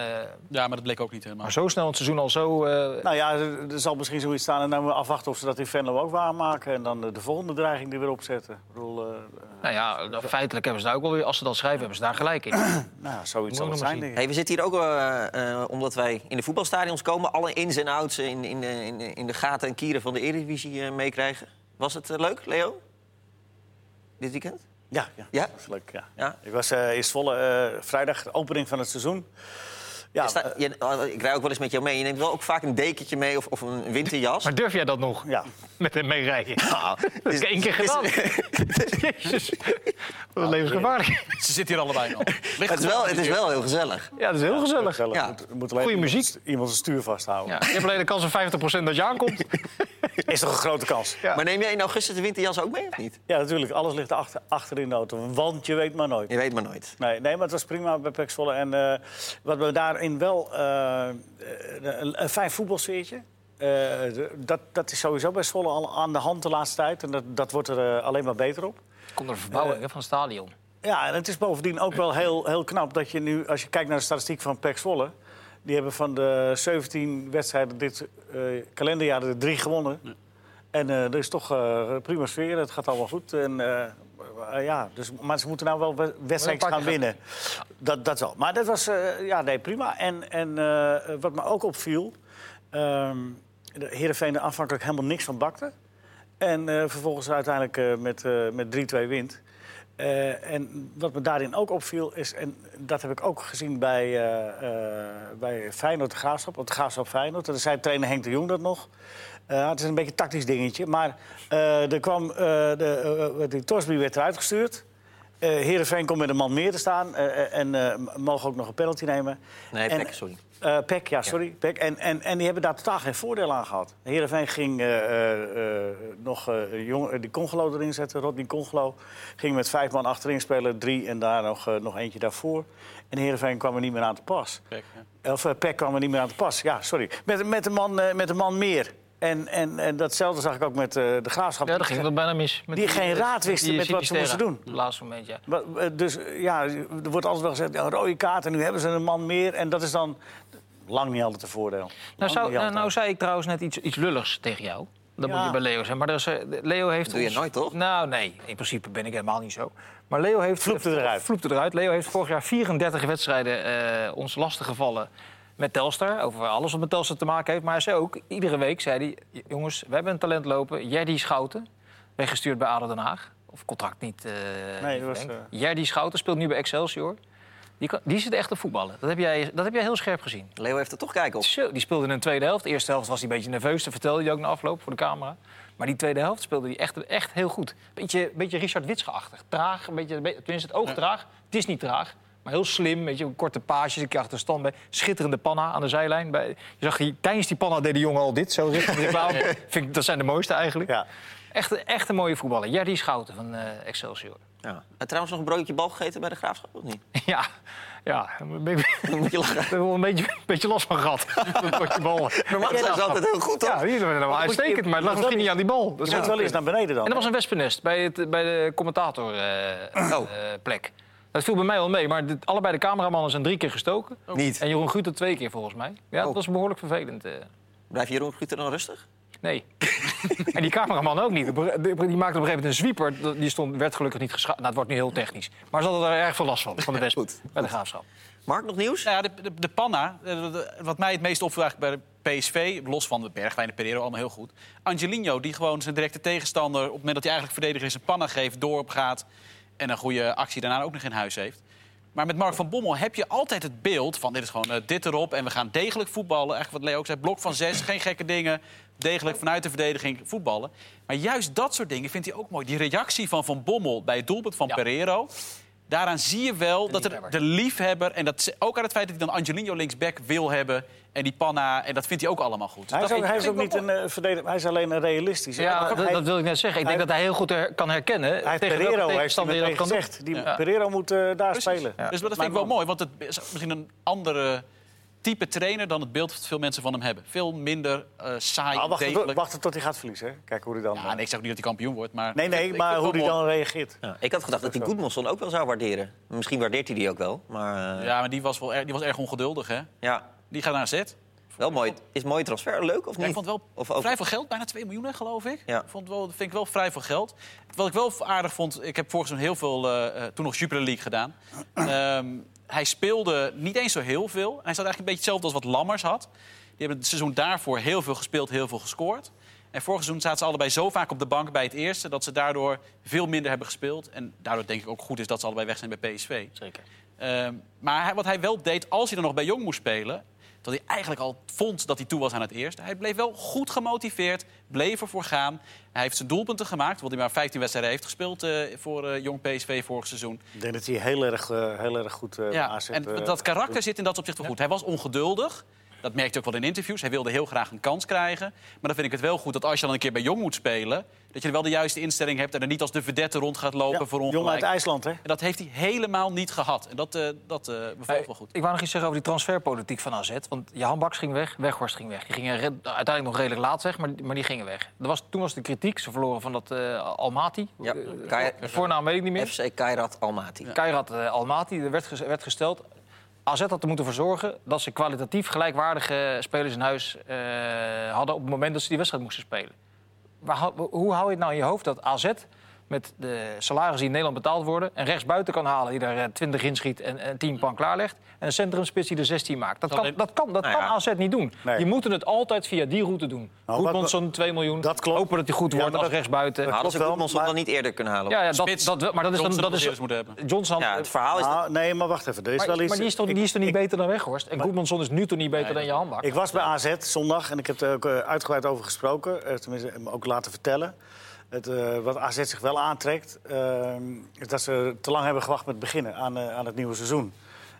Ja, maar dat bleek ook niet helemaal.
maar zo snel het seizoen al zo... eh,
Nou ja, er er zal misschien zoiets staan en dan moeten we afwachten of ze dat in Venlo ook waarmaken. En dan de, de volgende dreiging die weer opzetten. Ik bedoel, eh,
nou ja, feitelijk hebben ze daar ook wel weer... Als ze dat schrijven, hebben ze daar gelijk in.
nou ja, zoiets zal het
Moet ik nog maar
zijn,
zien.
denk ik.
Hey, we zitten hier ook eh, eh, omdat wij in de voetbalstadions komen. Alle ins en outs in, in, de- in, de- in de gaten en kieren van de Eredivisie eh, meekrijgen. Was het eh, leuk, Leo? Dit weekend?
Ja, ja.
Ja?
dat is leuk, ja.
Ja.
Ik was eh in Zwolle eh, vrijdag, de opening van het seizoen. Ja,
Is dat-
eh,
je- oh, ik rij ook wel eens met jou mee. Je neemt wel ook vaak een dekentje mee of, of een winterjas.
Maar durf jij dat nog?
eh, ja.
Met hem mee rijden.
Nou,
Dat
het
is
is-
één keer
het is-
gedaan. Jezus. Wat levensgevaarlijk.
Ze zitten hier allebei nog. Ligt
Het is wel, het is wel heel gezellig.
Ja, dat is heel gezellig.
Gezellig.
Ja.
Moet, moet alleen
Goeie
iemand-
muziek.
Iemand zijn stuur vasthouden.
Ja, je hebt alleen de kans van 50% dat je aankomt.
Is toch een grote kans?
Ja.
Maar neem jij in augustus de winterjas ook mee of niet?
Ja, natuurlijk. Alles ligt achter, achter in de auto. Want je weet maar nooit.
Je weet maar nooit.
Nee, nee, maar het was prima bij Pek Zwolle. En eh, wat we daarin wel... eh, een, een fijn voetbalsfeertje. Eh, de- dat, dat is sowieso bij Zwolle al aan de hand de laatste tijd. En dat, dat wordt er eh, alleen maar beter op.
Komt er verbouwing hè, van het stadion.
Ja, en het is bovendien ook wel heel, heel knap dat je nu... Als je kijkt naar de statistiek van Pek Zwolle... Die hebben van de 17 wedstrijden dit eh, kalenderjaar er drie gewonnen. En eh, er is toch eh, prima sfeer, het gaat allemaal goed. En, eh, eh, ja, dus, maar ze moeten nou wel we- wedstrijdjes
Maar een
gaan
paar keer
winnen. Dat, dat wel. Maar dat was eh, ja, nee, prima. En, en eh, wat me ook opviel... ehm de Heerenveen er aanvankelijk helemaal niks van bakte. En eh, vervolgens uiteindelijk eh, met, eh, met 3-2 wint. Eh, en wat me daarin ook opviel is, en dat heb ik ook gezien bij, eh, eh, bij Feyenoord de Graafschap, op de Graafschap Feyenoord. En dan zei trainer Henk de Jong dat nog. Eh, het is een beetje een tactisch dingetje. Maar eh, er kwam, eh, de, eh, die Torsby werd eruit gestuurd. Eh Heerenveen komt met een man meer te staan eh, eh, en eh, mogen ook nog een penalty nemen.
Nee,
En-
Pek, sorry.
eh Peck, ja, sorry. Peck. En, en, en die hebben daar totaal geen voordeel aan gehad. Heerenveen ging eh, eh, eh, nog eh, jong, eh, die Congolo erin zetten. Rodney Congolo ging met vijf man achterin spelen. Drie en daar nog, eh, nog eentje daarvoor. En Heerenveen kwam er niet meer aan te pas.
Pek,
Of eh, Peck kwam er niet meer aan te pas. Ja, sorry. Met, met, een, man, eh, met een man meer. En, en, en datzelfde zag ik ook met eh, de Graafschap.
Ja, dat ging dat bijna mis. Met
die geen raad wisten
die
met wat ze
Sinisterra.
moesten
Het laatste moment, ja.
Maar, eh, Dus eh, ja, er wordt altijd wel gezegd, ja, rode kaart en nu hebben ze een man meer. En dat is dan lang niet altijd een voordeel.
Nou,
Lang
zou,
niet
nou,
altijd.
nou zei ik trouwens net iets, iets lulligs tegen jou. Dat
Ja.
moet je bij Leo zijn. Maar er is, eh, Leo heeft.
doe je
ons-
nooit, toch?
Nou, nee. In principe ben ik helemaal niet zo. Maar Leo heeft.
Vloepte eruit.
Vloepte eruit. Leo heeft vorig jaar 34 wedstrijden eh ons lastiggevallen met Telstar. Over alles wat met Telstar te maken heeft. Maar hij zei ook, iedere week zei hij: Jongens, we hebben een talent lopen. Jerdy Schouten, weggestuurd bij ADO Den Haag. Of contract niet. eh
dat
niet
was,
verlengd. Jerdy Schouten speelt nu bij Excelsior. Die, kan, die zit echt te voetballen. Dat heb, jij, dat heb jij heel scherp gezien.
Leo heeft er toch kijk op.
Zo, die speelde in een tweede helft. De eerste helft was hij een beetje nerveus. Dat vertelde hij ook na afloop voor de camera. Maar die tweede helft speelde hij echt, echt heel goed. Beetje, beetje Richard Witsche-achtig. Traag, een beetje, be- tenminste het oog traag. Het is niet traag, maar heel slim. Weet je, korte paasjes, een keer achter de stand. bij. Schitterende panna aan de zijlijn. Bij, je zag die, tijdens die panna deed die jongen al dit. Zo richting de reclame. Vind ik, dat zijn de mooiste eigenlijk.
Ja.
Echt, echt een mooie voetballer. Jerry Schouten van eh, Excelsior.
Ja. En trouwens nog een broodje bal gegeten bij de graafschap, of niet?
ja, ja. daar ben Ik
Dan moet je lachen.
ik heb er wel een beetje, een beetje last van gehad. Dat potje ballen.
Normaal is dat altijd heel goed, toch?
Ja, die is nou uitstekend, maar het lag misschien niet aan die bal. Dat
Je
zou
moet wel eens
kunnen.
naar beneden dan.
En er was een wespennest bij, het, bij de commentatorplek.
Oh.
plek. dat viel bij mij wel mee, maar dit- allebei de cameramannen zijn drie keer gestoken.
Niet.
En Jeroen Guter twee keer volgens mij. Ja, dat was behoorlijk vervelend. eh.
Blijf Jeroen Guter dan rustig?
Nee. en die cameraman ook niet. Op een- Die maakte op een gegeven moment een zwieper. Dat- Die stond, werd gelukkig niet geschaad. Nou, het wordt nu heel technisch. Maar ze hadden er erg veel last van, van de wespen.
Goed,
Bij de graafschap.
Mark, nog nieuws?
Nou ja, de, de, de panna, eh, de- de- wat mij het meest opviel eigenlijk bij de PSV... los van de Bergwijn en Pereiro, allemaal heel goed. Angelino, die gewoon zijn directe tegenstander... op het moment dat hij eigenlijk verdediger is, een panna geeft, doorop gaat... en een goede actie daarna ook nog in huis heeft. Maar met Mark van Bommel heb je altijd het beeld van dit is gewoon eh, dit erop en we gaan degelijk voetballen. Echt wat Leo ook zei, blok van zes, geen gekke dingen. Degelijk vanuit de verdediging voetballen. Maar juist dat soort dingen vindt hij ook mooi. Die reactie van Van Bommel bij het doelpunt van
Ja.
Pereiro. Daaraan zie je wel dat er de
liefhebber.
liefhebber... en dat, ze- ook aan het feit dat hij dan Angelino linksback wil hebben... en die panna, en dat vindt hij ook allemaal goed.
Hij
Dat
is, ook,
vind
hij
ik-
is ook
vind ik
niet
wel
een eh, verdediger, hij is alleen een realistisch.
Ja,
Hij-
dat, dat wil ik net zeggen. Ik denk
hij-
dat hij heel goed her- kan herkennen.
Hij heeft
tegen welke
Pereiro heeft hij
tegenstander je
meteen
dat kan doen.
gezegd. Die
Ja.
Pereiro moet eh, daar
Precies.
spelen.
Dus dat vind ik wel mooi, want het is misschien een andere type trainer dan het beeld dat veel mensen van hem hebben. Veel minder eh, saai,
Ah, wachten, tot-
degelijk.
wachten tot hij gaat verliezen. hè. Kijk hoe hij dan... eh,
Ja, nee, ik zeg ook niet dat hij kampioen wordt, maar...
nee, nee,
Ik- ik
maar
vind
hoe
het
hij
wel
dan reageert.
Ja, ik had gedacht dat hij Goodmanson ook wel zou waarderen. Misschien waardeert hij die ook wel. Maar eh,
mooi.
ja.
Ja, maar die was, wel erg, die was erg ongeduldig, hè? Die gaat naar Z.
wel mooi. Is een mooie transfer leuk of
Ja,
niet?
ik vond wel
Of ook-
vrij veel geld, bijna 2 miljoen, hè, geloof ik.
Ja.
Ik Vond wel, dat vind ik wel vrij veel geld. Wat ik wel aardig vond, ik heb vorig seizoen heel veel, eh, eh, toen nog Jupiler League gedaan. Ehm, hij speelde niet eens zo heel veel. Hij zat eigenlijk een beetje hetzelfde als wat Lammers had. Die hebben het seizoen daarvoor heel veel gespeeld, heel veel gescoord. En vorig seizoen zaten ze allebei zo vaak op de bank bij het eerste... dat ze daardoor veel minder hebben gespeeld. En daardoor denk ik ook goed is dat ze allebei weg zijn bij PSV.
Zeker.
Ehm, maar hij- wat hij wel deed, als hij er nog bij Jong moest spelen... dat hij eigenlijk al vond dat hij toe was aan het eerste. Hij bleef wel goed gemotiveerd, bleef ervoor gaan. Hij heeft zijn doelpunten gemaakt, want hij maar 15 wedstrijden heeft gespeeld... eh, voor eh, Jong PSV vorig seizoen.
Ik denk dat hij heel erg, eh, heel erg goed eh
Ja,
AZ,
en
eh,
dat karakter zit in dat opzicht wel goed. Hij was ongeduldig. Dat merkte je ook wel in interviews. Hij wilde heel graag een kans krijgen. Maar dan vind ik het wel goed dat als je dan een keer bij Jong moet spelen... dat je wel de juiste instelling hebt en er niet als de vedette rond gaat lopen
ja,
voor
Jong uit
ongelijk.
IJsland, hè?
En dat heeft hij helemaal niet gehad. En dat, eh dat eh, bevalt wel goed.
Ik wou nog iets zeggen over die transferpolitiek van AZ. Want Jan Baks ging weg, Weghorst ging weg. Die gingen red- uiteindelijk nog redelijk laat weg, maar, maar die gingen weg. Er was, toen was de kritiek, ze verloren van dat eh, Almaty.
Ja,
Eh,
Kai-
de voornaam weet ik niet meer.
FC Kairat Almaty.
Keirat eh, Almaty er werd, ges- werd gesteld. AZ had er moeten voor zorgen dat ze kwalitatief gelijkwaardige spelers in huis eh, hadden... op het moment dat ze die wedstrijd moesten spelen. Maar hou- hoe hou je het nou in je hoofd dat AZ met de salarissen die in Nederland betaald worden... een rechtsbuiten kan halen die daar eh, 20 inschiet en, en 10 pan klaarlegt... en een centrumspits die er 16 maakt? Dat kan,
Alleen-
dat kan, dat
Nou
kan
ja.
AZ niet doen.
Nee.
Je moet het altijd via die route doen.
Nou, wat-
Goedmanson 2 miljoen,
Dat klopt.
hopen dat hij goed
Ja,
wordt
maar
als
dat-
rechtsbuiten.
Hadden ze
klopt wel,
Goodmanson
maar-
dan niet eerder kunnen halen?
ja, ja, dat,
Spits,
dat, wel, maar dat is dan...
Johnson
Dat is,
blessures moeten hebben.
Johnson had-
Ja, het verhaal is dat...
Nou, nee, maar wacht even. Er is
Maar,
wel iets...
maar die is toch,
ik-
die is toch niet
ik-
beter dan Weghorst? En Goedmanson is nu toch niet beter dan je handbak?
Ik was bij AZ zondag en ik heb er ook eh, uitgebreid over gesproken. eh, tenminste, hem ook laten vertellen. Het, eh, wat AZ zich wel aantrekt, eh, is dat ze te lang hebben gewacht met beginnen aan, eh, aan het nieuwe seizoen.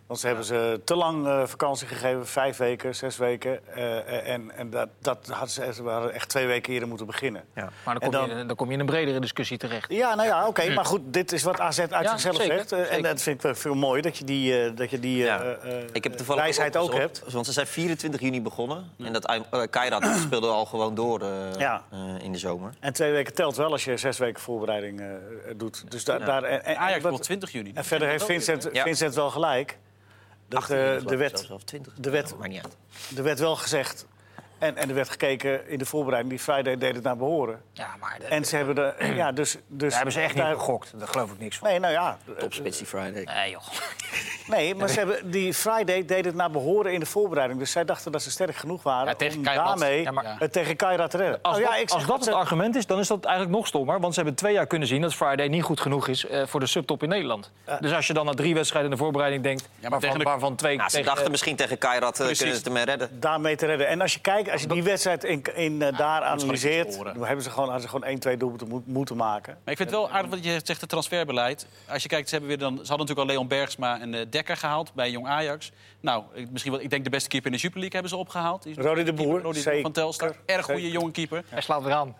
Want ze hebben ze te lang eh, vakantie gegeven, vijf weken, zes weken. eh, en en dat, dat hadden ze, ze waren echt twee weken eerder moeten beginnen.
Ja.
Maar dan
En
kom,
dan-
je, eh, in- dan kom je in een bredere discussie terecht.
Ja, nou ja, oké. Maar goed, dit is wat AZ uit
Ja,
zichzelf
zeker,
zegt. eh, en
zeker.
dat vind ik wel veel mooi dat je die, eh, dat je die eh
Ja.
eh,
ik heb toevallig
wijsheid ook
opgezocht,
hebt.
Want ze zijn 24 juni begonnen. En dat uh, Kairat speelde al gewoon door eh,
Ja.
eh, in de zomer.
En twee weken telt wel als je zes weken voorbereiding eh, doet. Dus da daar, en, en-
Ajax
wat-
speelt 20 juni.
en verder heeft Vincent,
Ja.
Vincent wel gelijk. Dat, eh,
18 juni geloof
de,
ik
wet,
zelfs, of 20.
de wet-
Ja, maakt niet uit.
er werd wel gezegd. En, en er werd gekeken in de voorbereiding. Die Friday deed het naar behoren.
Ja, maar dat-
En ze hebben de. Ja, dus. dus
daar hebben ze echt niet
daar-
gegokt. Daar geloof ik niks van.
Nee, nou ja.
Topspits die Friday.
Nee, joh.
Nee, maar ze hebben, die Friday deed het naar behoren in de voorbereiding. Dus zij dachten dat ze sterk genoeg waren
Ja, tegen
om
Kairat.
daarmee
Ja,
maar-
het tegen Kaira te redden.
Als,
Oh ja,
dat,
ik zeg
als dat
dat
het
ze-
argument is, dan is dat eigenlijk nog stommer. Want ze hebben twee jaar kunnen zien dat Friday niet goed genoeg is eh, voor de subtop in Nederland. dus als je dan na drie wedstrijden in de voorbereiding denkt, waarvan,
tegen de-
waarvan twee
Nou, ze
tegen-
dachten misschien tegen Kairat eh,
precies.
kunnen ze het ermee redden.
daarmee te redden. En als je kijkt, als je die wedstrijd in, in, eh, daar
moet gewoon iets
analyseert,
scoren.
dan hebben ze gewoon, hadden ze gewoon 1, 2 doelpunten moet- moeten maken.
Maar ik vind het wel aardig wat je zegt, het transferbeleid. Als je kijkt, ze, hebben weer dan, ze hadden natuurlijk al Leon Bergsma en eh, Dekker gehaald bij Jong Ajax. Nou, ik, misschien wel, ik denk de beste keeper in de Super League hebben ze opgehaald. Die is-
Roddy de Boer,
Roddy
zeker.
van Telstar. Erg goede
Zeker.
jonge keeper.
Hij slaat weer aan.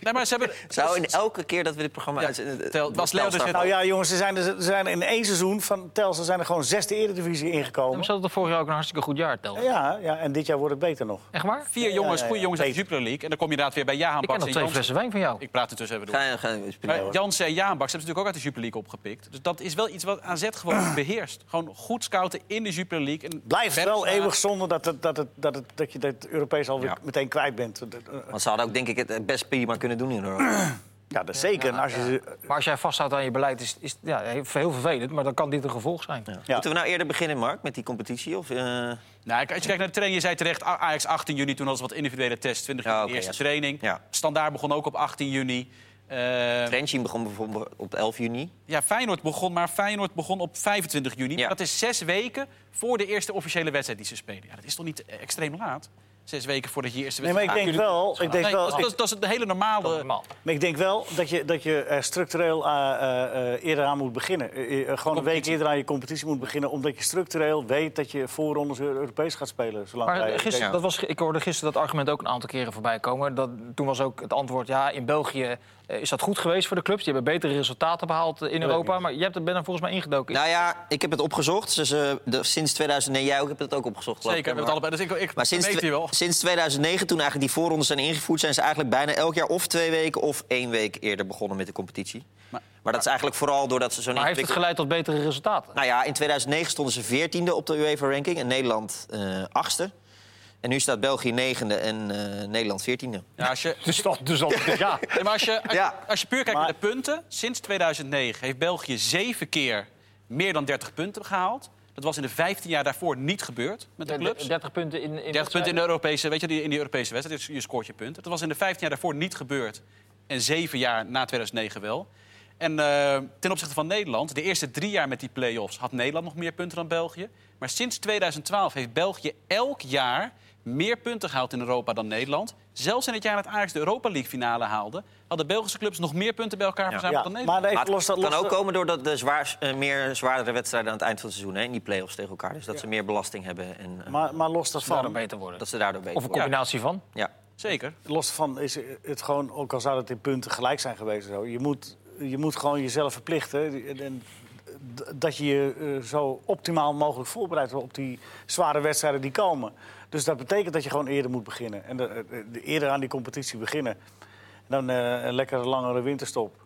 Nee, maar ze hebben...
Zou in elke keer dat we dit programma...
Ja,
uit- eh, eh,
tel- was Leo dus
Telstar-
het-
Nou ja, jongens, ze zijn, er- ze zijn in één seizoen van Telstra zijn er gewoon zesde eredivisie
Maar
ingekomen.
ze hadden het vorig jaar ook een hartstikke goed jaar, Tel.
Ja, ja, en dit jaar wordt het beter nog.
Echt waar?
Vier jongens,
ja,
goede
ja.
jongens uit de Super League. En dan kom je inderdaad weer bij Jahan
Ik ken
Baks
nog
en
twee
Jansen.
flessen wijn van jou.
Ik praat ertussen even door.
Ga
Nou
je- ga je- is prima.
Maar Jansen en Jaanbaks hebben ze natuurlijk ook uit de Super League opgepikt. Dus dat is wel iets wat AZ gewoon beheerst. Gewoon goed scouten in de Super League. En
Blijft wel
Bergsma-
eeuwig zonde dat, het, dat, het, dat, het, dat je dat Europees al
Ja.
meteen kwijt bent.
Want ze hadden ook denk ik het eh, best prima kunnen doen in Europa.
Ja, dat zeker. En als je, ze-
Maar als jij vasthoudt aan je beleid, is het ja, heel vervelend. Maar dan kan dit een gevolg zijn.
Ja.
Moeten we nou eerder beginnen, Mark, met die competitie? Of, eh,
Nou, als je kijkt naar de training, je zei terecht A- Ajax 18 juni, toen hadden ze wat individuele tests, 20 juni
Ja,
de
oké,
eerste
ja,
training.
ja.
Standaard begon ook op 18 juni. Eh,
Trentin begon bijvoorbeeld op 11 juni.
ja, Feyenoord begon, maar Feyenoord begon op 25 juni.
Ja.
Dat is zes weken voor de eerste officiële wedstrijd die ze spelen. Ja, dat is toch niet eh, extreem laat? Zes weken voordat je je eerste
Nee, maar
wedstrijd
ik denk wel, ik denk
Nee,
wel,
dat, dat, dat is de hele normale...
Normaal.
Maar ik denk wel dat je, dat je eh, structureel eh, eh, eh, eerder aan moet beginnen. Eh, eh, gewoon een week eerder aan je competitie moet beginnen. Omdat je structureel weet dat je voorrondes Euro- Europees gaat spelen. Zolang
Maar
wij-
gisteren,
ja.
dat was, ik hoorde gisteren dat argument ook een aantal keren voorbij komen. Dat, toen was ook het antwoord, ja, in België eh, is dat goed geweest voor de clubs. Die hebben betere resultaten behaald eh, in Europa. Maar jij hebt er, bent er volgens mij ingedoken.
Nou ja, ik heb het opgezocht. Dus, eh, de, sinds 2000... Nee, jij ook hebt het ook opgezocht. geloof
Zeker, we hebben
ik,
het
hè,
allebei. Dus ik, ik
Maar sinds,
weet
twe-
je wel.
sinds 2009, toen eigenlijk die voorrondes zijn ingevoerd... zijn ze eigenlijk bijna elk jaar of twee weken of één week eerder begonnen met de competitie. Maar,
Maar-
dat is eigenlijk vooral doordat ze zo'n
maar heeft het
ontwikkeling-
geleid tot betere resultaten?
Nou ja, in 2009 stonden ze 14e op de UEFA-ranking en Nederland eh achtste. En nu staat België negende en eh, Nederland 14e.
Ja, als je,
Dus dat, dus dat ja.
Nee, maar als je, als,
Ja.
als je puur kijkt
Maar-
naar de punten, sinds 2009 heeft België zeven keer meer dan 30 punten gehaald. Dat was in de 15 jaar daarvoor niet gebeurd met de clubs.
30 punten in, in
30 punten in de Europese, weet je, die- in de Europese wedstrijd, dus je scoort je punten. Dat was in de 15 jaar daarvoor niet gebeurd en zeven jaar na 2009 wel. En eh, ten opzichte van Nederland, de eerste drie jaar met die play-offs had Nederland nog meer punten dan België. Maar sinds 2012 heeft België elk jaar meer punten gehaald in Europa dan Nederland. Zelfs in het jaar dat Ajax de Europa League finale haalde, hadden Belgische clubs nog meer punten bij elkaar verzameld
ja,
dan
maar
Nederland.
even
Maar het
los dat
kan
los
ook
dat-
komen doordat de zwaar, eh, meer zwaardere wedstrijden aan het eind van het seizoen... Hè, in die play-offs tegen elkaar. Dus dat ze meer belasting hebben en eh,
Maar, maar los daarvan,
Daarom beter worden.
dat ze daardoor beter
Of een
worden.
combinatie van.
Ja.
Zeker.
los daarvan is het gewoon, ook al zou het in punten gelijk zijn geweest. en Zo, je, moet, je moet gewoon jezelf verplichten. En, en d- dat je je eh, zo optimaal mogelijk voorbereidt op die zware wedstrijden die komen. Dus dat betekent dat je gewoon eerder moet beginnen. En de- eh, de- eerder aan die competitie beginnen. En dan eh, een lekkere langere winterstop.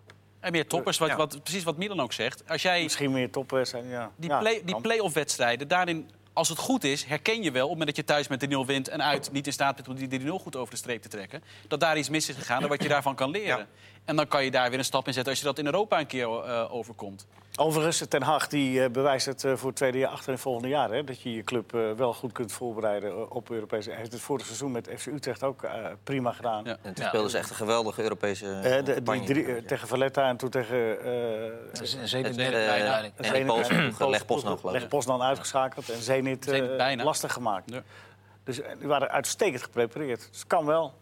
En meer toppers, wat, wat, precies wat Milan ook zegt. Als jij
Misschien meer topwedstrijden, ja.
Die,
Ja,
play, die
kan.
play-off wedstrijden, daarin, als het goed is, herken je wel... op het moment dat je thuis met 3-0 wint en uit niet in staat bent om die 3-0 goed over de streep te trekken... dat daar iets mis is gegaan en wat je daarvan kan leren. En dan kan je daar weer een stap in zetten als je dat in Europa een keer eh, overkomt.
Overigens, Ten Hag die, eh, bewijst het eh, voor het tweede jaar achter en volgende jaar. Hè, dat je je club eh, wel goed kunt voorbereiden eh, op Europese. Hij heeft het vorig seizoen met FC Utrecht ook eh, prima gedaan.
Ja.
En toen
Ja.
speelden ze echt een geweldige Europese
Eh, de-
campagne.
die drie, eh, tegen Valletta en toen tegen
Dat
eh
is een
Het,
zevende
eh,
uiteindelijk.
en die Poolse ploeg, eh, Lech Poznan, geloof
Leg
ik.
Poznan uitgeschakeld en Zenit eh,
Zenit bijna.
lastig gemaakt.
Ja.
Dus eh, die waren uitstekend geprepareerd. Dus kan wel.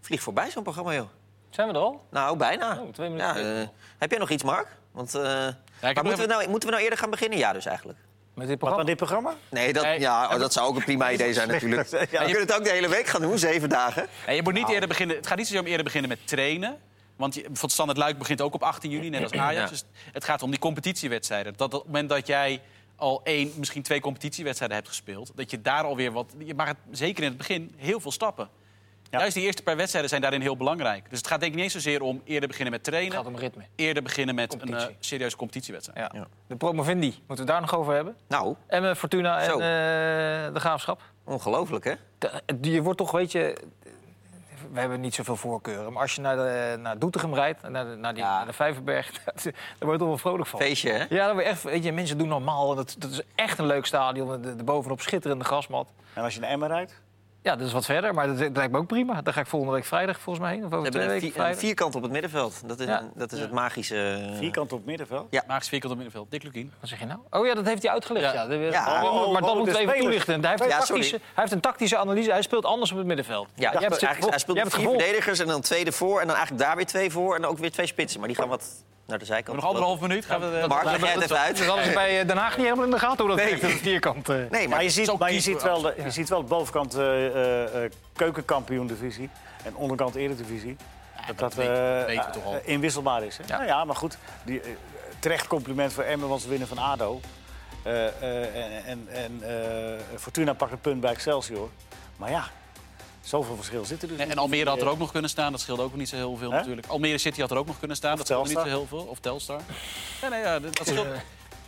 Vlieg voorbij zo'n programma, joh.
Zijn we er al?
Nou, bijna.
Oh, twee minuten.
Ja, eh, heb jij nog iets, Mark? Want, eh, maar
nog
moeten, we
even-
nou, moeten we nou eerder gaan beginnen? Ja, dus eigenlijk.
Met dit
Wat
programma?
aan dit programma?
Nee, dat,
Nee.
ja, oh, dat zou ook een prima idee zijn natuurlijk. We kunnen het ook de hele week gaan doen, zeven dagen.
En je moet niet eerder beginnen, het gaat niet zozeer om eerder beginnen met trainen... Want je, bijvoorbeeld Standard Luik begint ook op 18 juni, net als Ajax.
Ja.
Dus het gaat om die competitiewedstrijden. Dat op het moment dat jij al één, misschien twee competitiewedstrijden hebt gespeeld... dat je daar alweer wat... Je maakt zeker in het begin heel veel stappen.
Ja.
Juist die eerste paar wedstrijden zijn daarin heel belangrijk. Dus het gaat denk ik niet eens zozeer om eerder beginnen met
Het
trainen...
gaat om ritme.
eerder beginnen met een
Competitie.
eh, serieuze competitiewedstrijd.
Ja. De promovendi, moeten we het daar nog over hebben?
Nou,
Emmen, Fortuna en
Zo.
eh, de Graafschap.
ongelooflijk, hè?
De- eh, Je wordt toch, weet je... We hebben niet zoveel voorkeuren. Maar als je naar, de, naar Doetinchem rijdt, naar de, naar die,
Ja.
naar de Vijverberg... daar word je toch wel vrolijk van.
Feestje, hè?
Ja, dan word je echt, weet je, mensen doen normaal. en Dat, dat is echt een leuk stadion. En De, de bovenop schitterende grasmat.
En als je naar Emmen rijdt?
Ja, dat is wat verder, maar dat, dat lijkt me ook prima. Daar ga ik volgende week vrijdag volgens mij heen. Of
We
over twee
hebben een,
weken
vi- een
vrijdag.
vierkant op het middenveld. Dat is,
Ja.
een- dat is het magische... eh,
Vierkant op middenveld?
Max Vierkant op middenveld, Dick Lukien.
Wat zeg je nou? Oh ja, dat heeft hij uitgelegd. Ja.
Ja.
de-
Ja.
Maar-
Oh, oh,
maar dat
oh, de
moeten we even
spelers.
toelichten. Hij heeft, een
Ja, sorry.
tactische, hij heeft een tactische analyse. Hij speelt anders op het middenveld.
Ja,
Jij hebt het
eigenlijk, hij
gevolgd.
speelt
Jij
met
hebt
vier
het gevolgd.
verdedigers en dan twee ervoor. En dan eigenlijk daar weer twee voor. En dan ook weer twee spitsen. Maar die gaan wat naar de zijkant.
Nog anderhalf minuut gaan we... eh,
Mark, leg jij het even
Dat hadden ze
uit?
bij eh, Den Haag niet helemaal in de gaten hoe dat
Nee.
werkt, dat vierkant. eh.
Nee,
Maar
maar
je ziet,
ook
maar je
kiezen
ziet, wel, de, je ziet wel de bovenkant eh eh, eh, keukenkampioen-divisie en onderkant eredivisie. dat dat,
weten-
eh,
weten we toch al.
eh, inwisselbaar is. Hè?
Ja.
Nou ja, maar goed. Die, eh, terecht compliment voor Emmen, want ze winnen van ADO. Eh, eh, en en eh, Fortuna pakt een punt bij Excelsior. Maar ja, zoveel verschil zit er dus
En, en Almere had er ook nog kunnen staan. Dat scheelde ook niet zo heel veel
Hè?
natuurlijk. Almere City had er ook nog kunnen staan. dat scheelde niet zo
Telstar.
heel veel. Of Telstar. Ja, nee, ja, dat dat scheelt.
eh,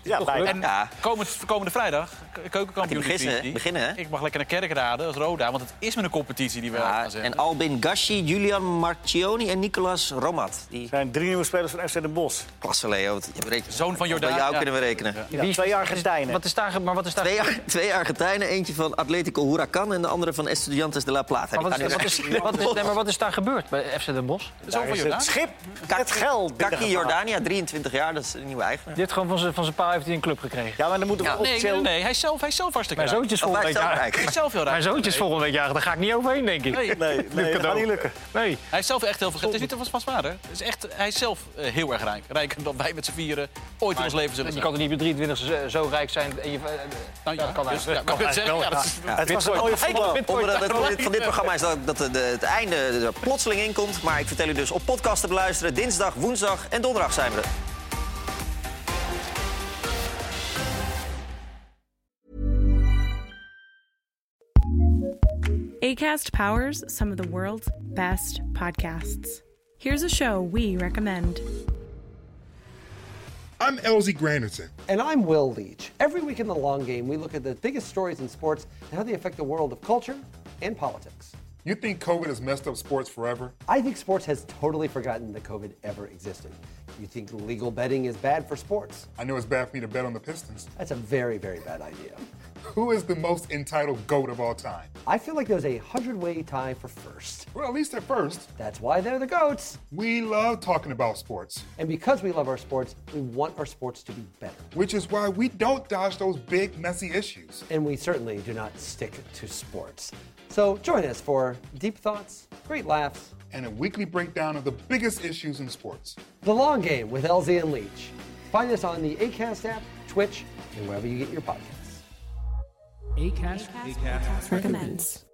Ja, bijna.
En
ja,
komend, komende vrijdag keukenkampioen
Gaat hij beginnen,
divisie.
beginnen, hè?
Ik mag lekker naar Kerkrade als Roda, want het is met een competitie die we
Ja,
gaan zetten.
en Albin Gashi, Julian Marcioni en Nicolas Romat. Die
zijn drie nieuwe spelers van FC Den Bosch.
klasse Leo, want je berekent-
Zoon van
Op
Jordaan.
jou
ja.
kunnen we rekenen.
Ja, twee Argentijnen.
Wat is daar, maar wat is daar...
Twee, Ar- twee Argentijnen, eentje van Atletico Huracan en de andere van Estudiantes de La Plata.
Maar wat
Die
is,
gaan
wat, is, wat, is, nee, maar wat is daar gebeurd bij FC Den Bosch?
Zoon
Daar
van
is het
Jordaan.
schip,
Kak-
het geld.
Kaki Jordania, 23 jaar, dat is een nieuwe eigenaar.
Dit gewoon van zijn- van zijn pa heeft hij een club gekregen.
Ja, maar dan moeten we
Ja,
Nee,
officieel...
nee, nee, hij is zelf, hij is zelf hartstikke
Mijn
raar.
zoontjes
Dat
volgende
lijkt
week
zo
jarig.
rijk.
Hij is zelf heel raar.
Mijn zoontjes volgende week jarig, daar ga ik niet overheen, denk ik.
Nee,
Nee, nee, dat gaat niet lukken.
Nee.
Hij is zelf echt heel veel Het is niet van zijn vader. Het is echt, hij is zelf eh, heel erg rijk. Rijker dan wij met z'n vieren ooit in ons leven zullen
Je
zijn.
kan toch niet met 23 zo, zo rijk zijn? En je, eh,
Nou,
ja, dat kan
dus, ja,
eigenlijk.
ik wou net zeggen, ja, dat is-
Het was een
Oh,
mooie voetbal.
Onderdeel van dit- van dit programma is dat, dat de, de- het einde er plotseling in komt. Maar ik vertel u dus op podcast te beluisteren. Dinsdag, woensdag en donderdag zijn we er.
ACAST powers some of the world's best podcasts. Here's a show we recommend.
I'm Elsie Granderson.
And I'm Will Leach. Every week in the long game, we look at the biggest stories in sports and how they affect the world of culture and politics.
You think COVID has messed up sports forever?
I think sports has totally forgotten that COVID ever existed. You think legal betting is bad for sports?
I know it's bad for me to bet on the Pistons.
That's a very, very bad idea.
Who is the most entitled GOAT of all time?
I feel like there's a hundred way tie for first.
Well, at least at first,
That's why they're the GOATs.
we love talking about sports,
And because we love our sports, we want our sports to be better.
which is why we don't dodge those big, messy issues.
And we certainly do not stick to sports. So join us for deep thoughts, great laughs,
And a weekly breakdown of the biggest issues in sports.
The Long Game with LZ and Leach. Find us on the ACAST app, Twitch, and wherever you get your podcasts.
ACAST recommends.